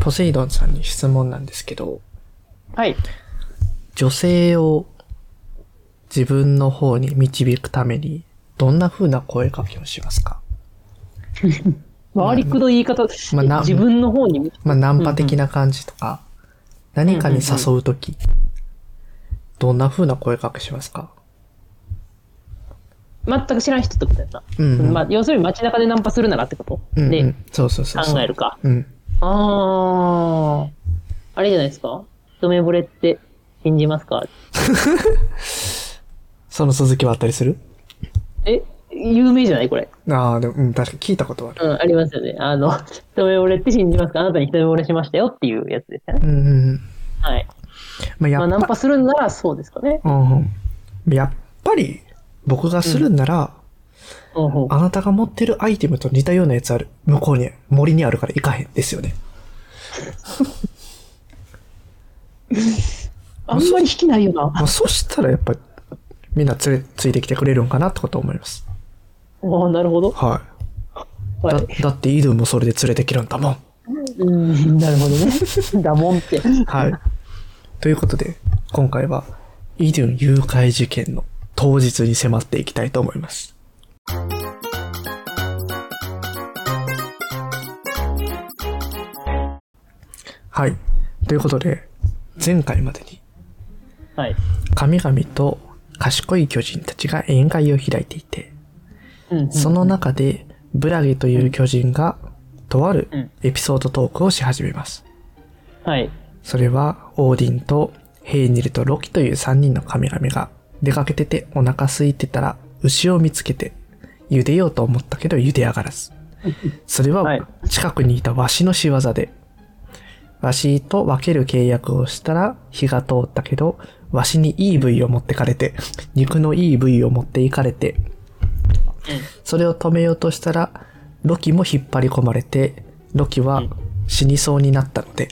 ポセイドンさんに質問なんですけど、はい。女性を自分の方に導くために、どんな風な声かけをしますか回りくどい言い方、まあな自分の方に、まあ、ナンパ的な感じとか、何かに誘うとき、どんな風な声かけしますか全く知らん人ってことやな。うんうんまあ、要するに街中でナンパするならってこと、うん、うでん、そうそうそうそう。考えるか。うん。ああ、あれじゃないですか一目惚れって信じますかその続きはあったりするえ、有名じゃないこれ。ああ、でも、うん、確かに聞いたことはある。うん、ありますよね。あの、一目惚れって信じますかあなたに一目惚れしましたよっていうやつですよね。うんうんうん。はい。まあ、やまあ、っナンぱ、パするならそうですかね。うんうん。やっぱり、僕がするんなら、うんうん、あなたが持ってるアイテムと似たようなやつある。向こうに、森にあるから行かへん。ですよね。あんまり引きないよな。まあ、そしたらやっぱ、みんな連れ、ついてきてくれるんかなってこと思います。ああ、なるほど。は。はいだい。、だってイドゥもそれで連れてきるんだも ん。うん、なるほどね。 だもんって。はい。ということで、今回は、イドゥン誘拐事件の当日に迫っていきたいと思います。はい。ということで、前回までに、はい。神々と賢い巨人たちが宴会を開いていて、うんうん、その中で、ブラゲという巨人が、とあるエピソードトークをし始めます。はい。それはオーディンとヘーニルとロキという3人の神々が出かけててお腹空いてたら牛を見つけて茹でようと思ったけど茹で上がらずそれはいは近くにいたワシの仕業でワシと分ける契約をしたら火が通ったけどワシにいい部位を持ってかれて肉のいい部位を持っていかれてそれを止めようとしたらロキも引っ張り込まれてロキは死にそうになったので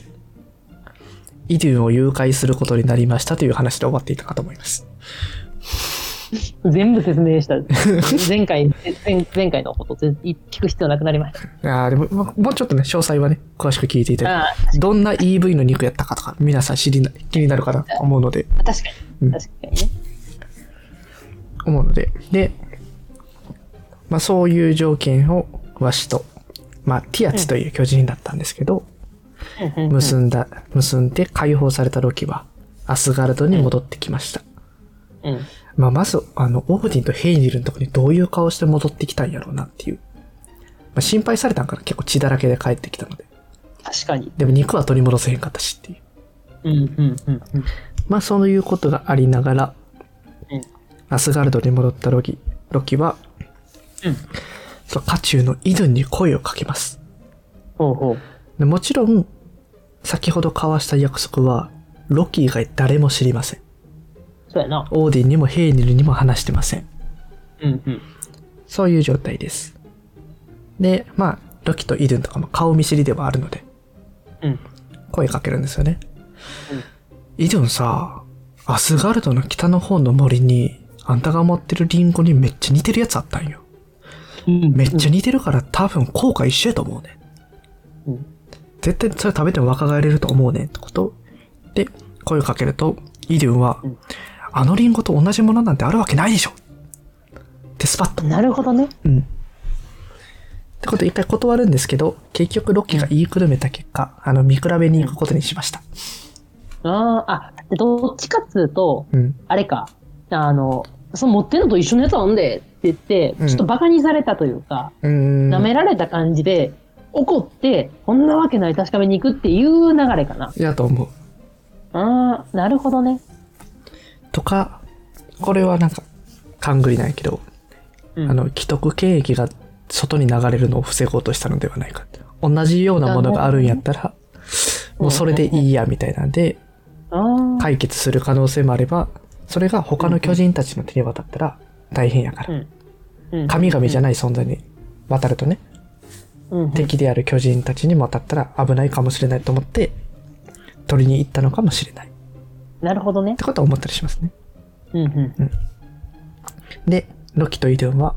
イデュンを誘拐することになりましたという話で終わっていたかと思います。全部説明した。前回、前前回のこと全聞く必要なくなりましああ、でも、まもうちょっとね、詳細はね、詳しく聞いていただた。あいて、どんな EV の肉やったかとか、皆さん知りな、気になるかなと思うので、あ、確かうんに。確かにね。思うので、で、まあそういう条件を、わしと、まあティアチという巨人だったんですけど、うんうん結んだ、結んで解放されたロキは、アスガルドに戻ってきました。うん。まあまず、あの、オーディンとヘイニルのとこにどういう顔して戻ってきたんやろうなっていう。まあ心配されたんから結構血だらけで帰ってきたので。確かに。でも肉は取り戻せへんかったしっていう。うんうんうんうん。まあそういうことがありながら、うんアスガルドに戻ったロキ、ロキは、うんその家中のイドゥンに声をかけます。ほうほう。でもちろん、先ほど交わした約束は、ロキ以外誰も知りません。そうやな。オーディンにもヘイニルにも話してません。うんうん。そういう状態です。で、まあ、ロキとイドゥンとかも顔見知りではあるので、うん。声かけるんですよね。イドゥンさ、アスガルドの北の方の森に、あんたが持ってるリンゴにめっちゃ似てるやつあったんよ。うんめっちゃ似てるから多分効果一緒やと思うね。うん絶対それ食べても若返れると思うねってこと。で、声かけると、イドゥンは、うんあのリンゴと同じものなんてあるわけないでしょってスパッと。なるほどね。うん。ってことで一回断るんですけど、結局ロッキーが言いくるめた結果、あの、見比べに行くことにしました。ああ、あ、でどっちかっつうと、うん。あれか、あの、その持ってんのと一緒のやつあんでって言って、うんちょっとバカにされたというか、うーん。舐められた感じで、怒って、こんなわけない確かめに行くっていう流れかな。やと思う。ああ、なるほどね。とか、これはなんか、勘ぐりないけど、うんあの、既得権益が外に流れるのを防ごうとしたのではないか。同じようなものがあるんやったら、もうそれでいいや、みたいなんで、あー解決する可能性もあれば、それが他の巨人たちの手に渡ったら大変やかうら。んうん神々じゃない存在に渡るとね、うん敵である巨人たちにも当たったら危ないかもしれないと思って、取りに行ったのかもしれない。っなるほどね。てことは思ったりしますね。うんうんで、ロキとイドゥンは、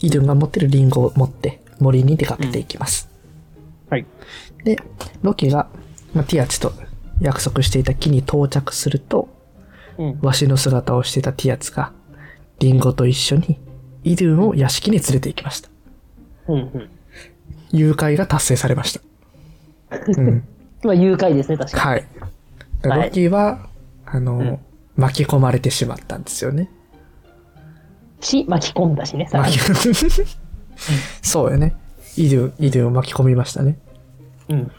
イドゥンが持ってるリンゴを持って森に出かけていきます。はい。で、ロキが、まあ、ティアチと約束していた木に到着すると、うん。わしの姿をしていたティアツが、リンゴと一緒に、イドゥンを屋敷に連れて行きました。うん。うん。誘拐が達成されました。うん。まあ、誘拐ですね、確かはい。だからはいロキは、あの、うん巻き込まれてしまったんですよね。に。し、巻き込んだしね、さらに巻き。込 そうよね。イドゥン、イドゥンを巻き込みましたね。うん。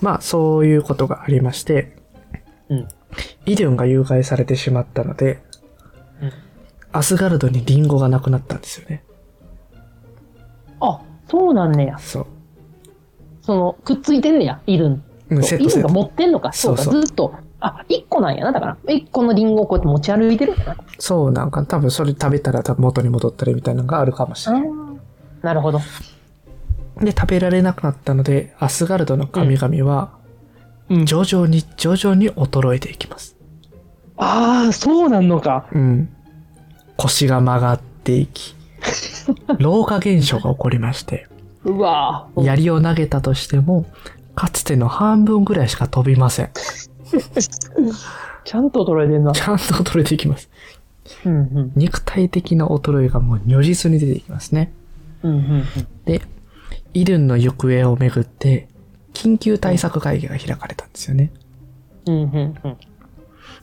まあ、そういうことがありまして、うん。イドゥンが誘拐されてしまったので、うんアスガルドにリンゴがなくなったんですよね。あ、そうなんねや。そう。その、くっついてんねや、イルン。うん、そセうットイルセンッがト。持ってんのか。そうか、そうそずっと。あ、一個なんやな、だから。一個のリンゴをこうやって持ち歩いてるんやな。そうなんか、多分それ食べたら多分元に戻ったりみたいなのがあるかもしれない。なるほど。で、食べられなくなったので、アスガルドの神々は、うん徐々に徐々に衰えていきます。ああ、そうなんのか。うん。腰が曲がってい き、老化現象が起こりまして、うわー槍を投げたとしても、かつての半分ぐらいしか飛びません。ちゃんと捉えてんな。ちゃんと衰えていきます。うんうん。肉体的な衰えがもう如実に出ていきますね。うんうんで、イルンの行方をめぐって、緊急対策会議が開かれたんですよね。うん。うんうんうん。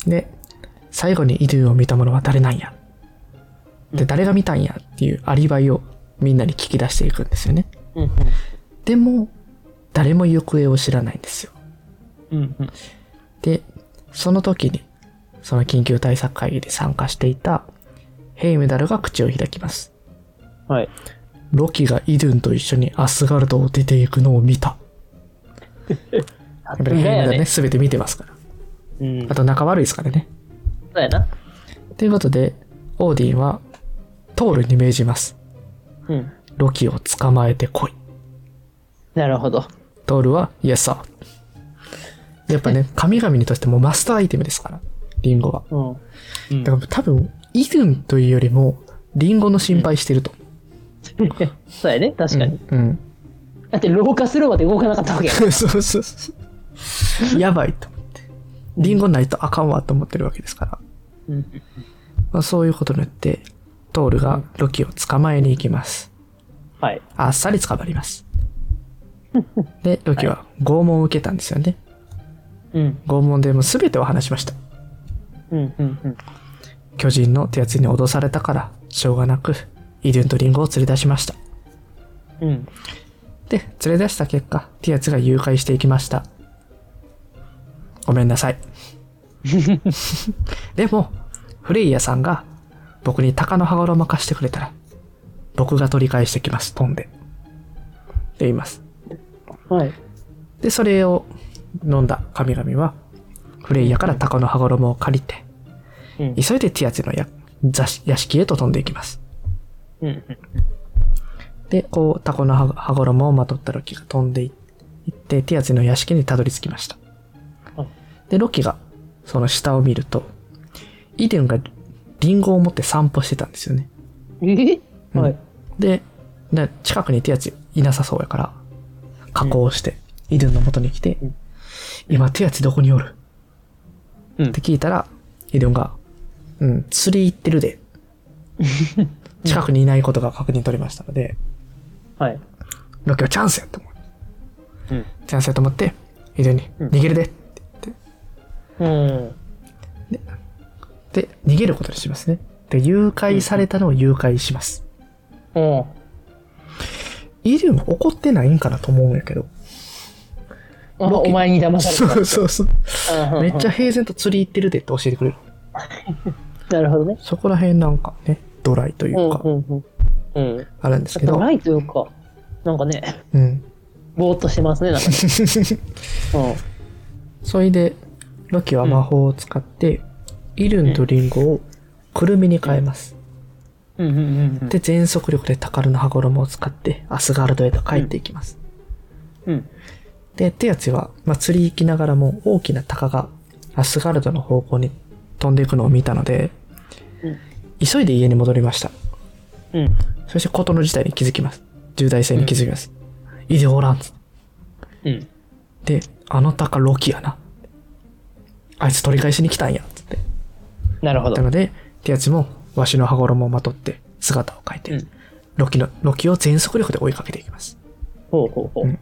で、最後にイドゥンを見た者は誰なんやうで、ん誰が見たんやっていうアリバイをみんなに聞き出していくんですよね。うんでも、誰も行方を知らないんですよ。うん。うんうん。で、その時に、その緊急対策会議で参加していたヘイムダルが口を開きます。はい。ロキがイドゥンと一緒にアスガルドを出ていくのを見た。ややっぱりヘイムダルね、。すべて見てますから。うん。あと仲悪いですからね。そうやな。ということで、オーディンは、トールに命じます。うん。ロキを捕まえてこい。なるほど。トールは、イエスさ。やっぱね、神々にとしてもマスターアイテムですから、リンゴは。うん。うんだから多分、イドゥンというよりも、リンゴの心配してると。そうやね、確かに。うん。だって、老化するまで動かなかったわけや。そうそうそう。やばいと思って。リンゴないとあかんわと思ってるわけですから。うん。まあ、そういうことによって、トールがロキを捕まえに行きます。はい。あっさり捕まります。で、ロキは拷問を受けたんですよね。うん。拷問でもう全てを話しました。うん。うん。うん。巨人の手厚に脅されたから、しょうがなく、イデュンとリンゴを連れ出しました。うん。で、連れ出した結果、ティアツが誘拐していきました。ごめんなさい。 でも、フレイヤさんが僕に鷹の羽衣貸してくれたら、僕が取り返してきます、飛んで。って言います。はい。で、それを飲んだ神々は、フレイヤから鷹の羽衣を借りて、うん。急いでティアツのや座敷屋敷へと飛んでいきます。うん。うん。で、こう、タコの羽羽衣をまとったロキが飛んでいって、ティアツの屋敷にたどり着きましたはい。で、ロキが、その下を見ると、イデンがリンゴを持って散歩してたんですよね。えはい。で、で近くにティアツいなさそうやから、加工して、イデンの元に来てうん、今ティアツどこにおるうんって聞いたら、イデンが、うん、釣り行ってる で。近くにいないことが確認取れましたので、はい。ロキはチャンスやと思う。うん。チャンスやと思って、非常に、うん逃げるでって言っうん。て、で、逃げることにしますね。で、誘拐されたのを誘拐します。うん。イリュウも怒ってないんかなと思うんやけど。お前に騙さそうそうそう。れた。めっちゃ。平然と釣り行ってるでって教えてくれる。なるほどね。。そこら辺なんかね、ドライといううんか、うん。うん。うん。あるんですけドど。ライというか、なんかね、うん。 ぼーっとしてますね、なんか。うん。それで、ロキは魔法を使って、イルンとリンゴをくるみに変えます。うんうんうん。で、全速力でタカルの羽衣を使って、アスガルドへと帰っていきます。うん。で、ティアチは、まあ、釣り行きながらも大きな鷹がアスガルドの方向に飛んでいくのを見たので、うん急いで家に戻りました。うん。そして事の事態に気づきます。重大性に気づきます。イデオランツ。うん。で、あなたがロキやな。あいつ取り返しに来たんや、つって。なるほなど。ので、ティアチも、わしの羽衣をまとって、姿を変えて、うんロキの、ロキを全速力で追いかけていきます。ほうほうほう。うん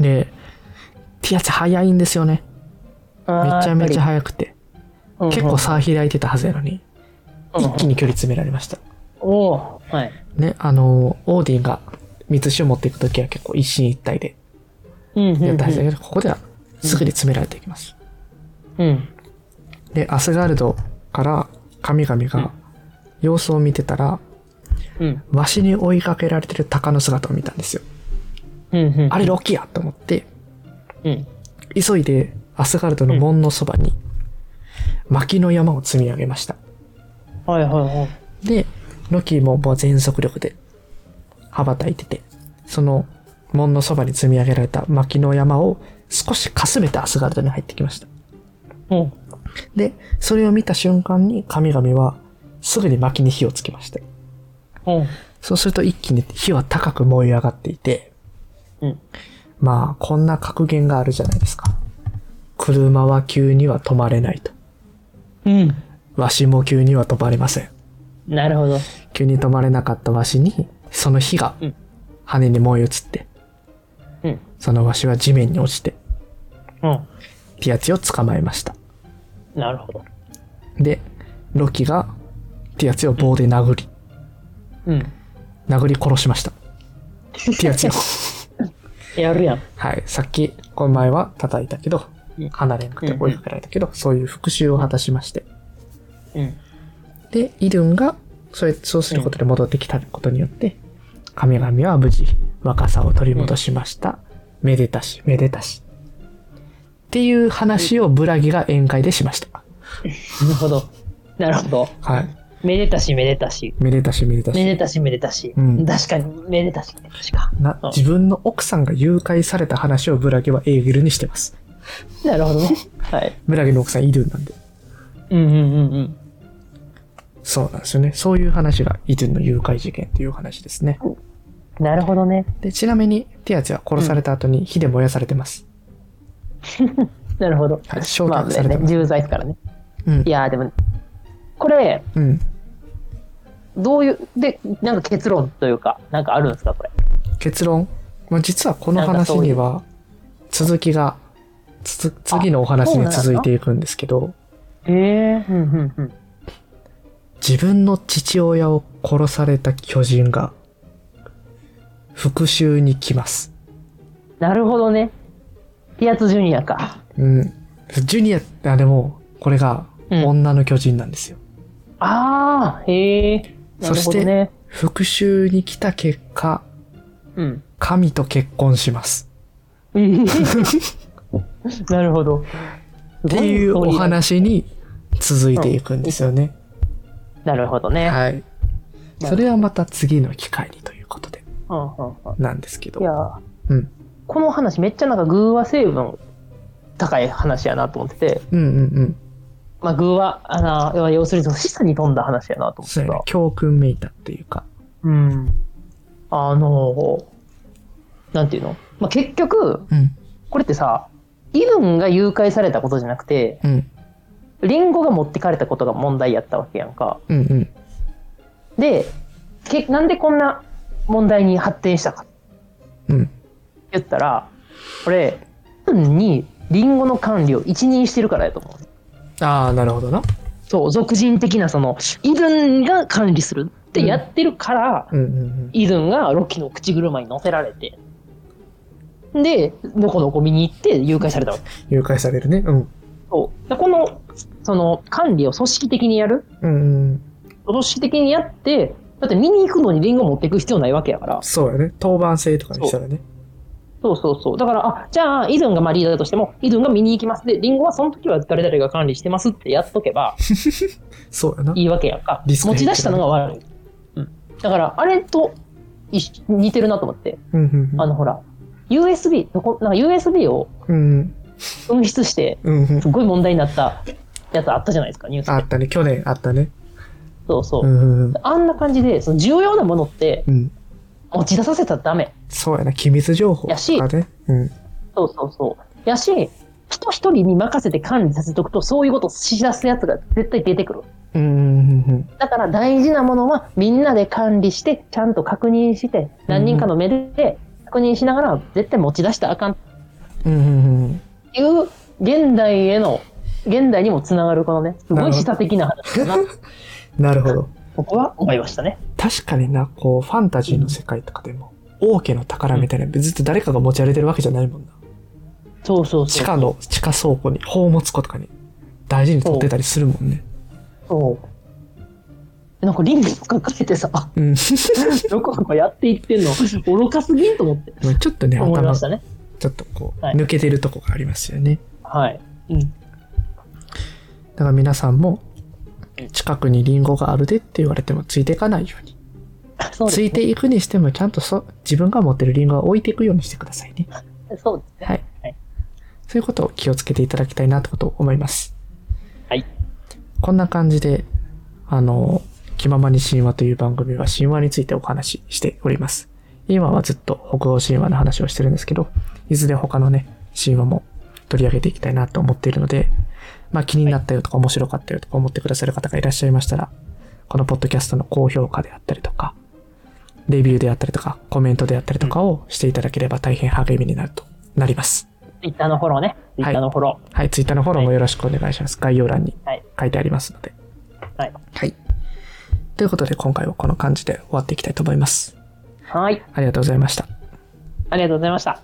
で、ティアチ早いんですよね。めちゃめちゃ早い。早くて。結構差開いてたはずやのに、うんうん一気に距離詰められました。おおーはい。ね、あの、オーディンが、三つを持っていくときは結構一進一退でうんうんやったはずだうけど、ここではすぐに詰められていきます。ん。うん。で、アスガルドから神々うんが様子を見てたら、うん。わしに追いかけられてる鷹の姿を見たんですよ。うん。うんあれ、ロキやと思って、うん。急いでアスガルドの門のそばに、薪の山を積み上げました。はいはいはい。で、ロキももう全速力で羽ばたいてて、その門のそばに積み上げられた薪の山を少しかすめてアスガルドに入ってきました。おうで、それを見た瞬間に神々はすぐに薪に火をつけました。おうそうすると一気に火は高く燃え上がっていて、うん。まあ、こんな格言があるじゃないですか。車は急には止まれないと。うん。わしも急には止まれません。なるほど。急に止まれなかったわしに、その火がうん羽に燃え移って、うん。そのわしは地面に落ちて、うん。ピアチを捕まえました。なるほど。で、ロキがピアチを棒で殴り、うん。殴り殺しました。ピア チを。やるやん。はい。さっき、この前は叩いたけどうん、離れなくて追いかけられたけど、そういう復讐を果たしまして。うん。で、イルンが、それ、そうすることで戻ってきたことによって、神々は無事、若さを取り戻しました。めでたし、めでたし。っていう話をブラギが宴会でしました。なるほど。なるほど。はい。めでたし、めでたし。めでたし、めでためし。でたし、めでたし。うん確かに、めでたし、めでたしか。な、自分の奥さんが誘拐された話をブラギはエーゲルにしてます。なるほどね。はい。ブラギの奥さんイルンなんで。うんうんうんうん。そうなんですよね。そういう話がイルンの誘拐事件っていう話ですね。なるほどね。で、ちなみに、ティアチは殺された後に火で燃やされてます。なるほど。はい焼却まあねされてます重罪ですからね。うんい。やーでも、これ、うん。どういう、で、なんか結論というか、なんかあるんですか、これ。結論、まあ、実はこのなんか話そういにうは続きがつづ次のお話に続いていくんですけどええうんうんうん。自分の父親を殺された巨人が復讐に来ます、なるほどね。ティアツジュニアか。うん、ジュニアあでもこれがうん女の巨人なんですよ、ああ、へえ。なそるしほてどね。復讐に来た結果うん。神と結婚します なるほど。っていうお。話に続いていくんですよね、なるほどね。はいそれはまた次の機会にということでうんうんうんなんですけどいやー、うんこの話めっちゃなんか偶話成分高い話やなと思ってて、うんうんうんまあ、偶話あの要は要するにその示唆に富んだ話やなと思っそうてやねた。教訓めいたっていうかうん、あのーなんていうの、まあ、結局うんこれってさイルンが誘拐されたことじゃなくてうんリンゴが持ってかれたことが問題やったわけやんか。うんうんでけなんでこんな問題に発展したかうん言ったらこれイルンにリンゴの管理を一任してるからやと思う。ああなるほどなそう、俗人的なその、イドゥンが管理するってやってるから、うんうんイドゥンがロキの口車に乗せられて、で、どこどこ見に行って誘拐されたわけ。誘拐されるねうんそうでこの、その、管理を組織的にやるうんうん組織的にやって、だって見に行くのにリンゴ持っていく必要ないわけやから。そうやね当番制とかにしたらねそうそうそう。だから、あ、じゃあ、イドゥンがまあリーダーだとしても、イドゥンが見に行きます。で、リンゴはその時は誰々が管理してますってやっとけば、そうやないいわけやんか。リスク持ち出したのが悪い。うん、だから、あれと一緒似てるなと思って。うんうんうんあの、ほら、USB、どこなんか USB をうん紛失して、うんうんすごい問題になったやつあったじゃないですか、ニュースあで。ったね去年あったねそうそう。うんうんうんあんな感じで、その重要なものってうん持ち出させたらダメ。そうやな機密情報とやしかねうんそうそうそう。やし、人一人に任せて管理させておくと、そういうことを知らすやつが絶対出てくる。うんうんうんだから大事なものはみんなで管理して、ちゃんと確認して、何人かの目で確認しながら絶対持ち出したらあかんっうんうんうんうん ていう、現代への、現代にもつながるこのね、すごい示唆的な話だな、なるほど僕は思いましたね。確かになこうファンタジーの世界とかでも、王家の宝みたいなずっと誰かが持ち歩いてるわけじゃないもんなそうそう地そう。下の地下倉庫に宝物庫とかに大事に取ってたりするもんねそうなんかリング抱えてさ、 うん どこどこやっていってんの、愚かすぎんと思って、ちょっとね思い頭まがしちたね。ょっとこうはい抜けてるとこがありますよねはい。うん。だから皆さんもうん近くにリンゴがあるでって言われてもついていかないようにそうですつねいていくにしてもちゃんとそ自分が持ってるリンゴは置いていくようにしてくださいねそうですね。はいはいそういうことを気をつけていただきたいなってことを思いますはいこんな感じであの「気ままに神話」という番組は神話についてお話ししております今はずっと北欧神話の話をしてるんですけどいずれ他のね神話も取り上げていきたいなと思っているのでまあ気になったよとか面白かったよとか思ってくださる方がいらっしゃいましたらこのポッドキャストの高評価であったりとかレビューであったりとかコメントであったりとかをしていただければ大変励みになるとなりますツイッターのフォローね。ツイッターのフォロはい、ツイッターのフォローもよろしくお願いします。概要欄にはい書いてありますので。はい。はい。ということで、今回はこの感じで終わっていきたいと思います。ー。はい。ありがとうございました。ありがとうございました。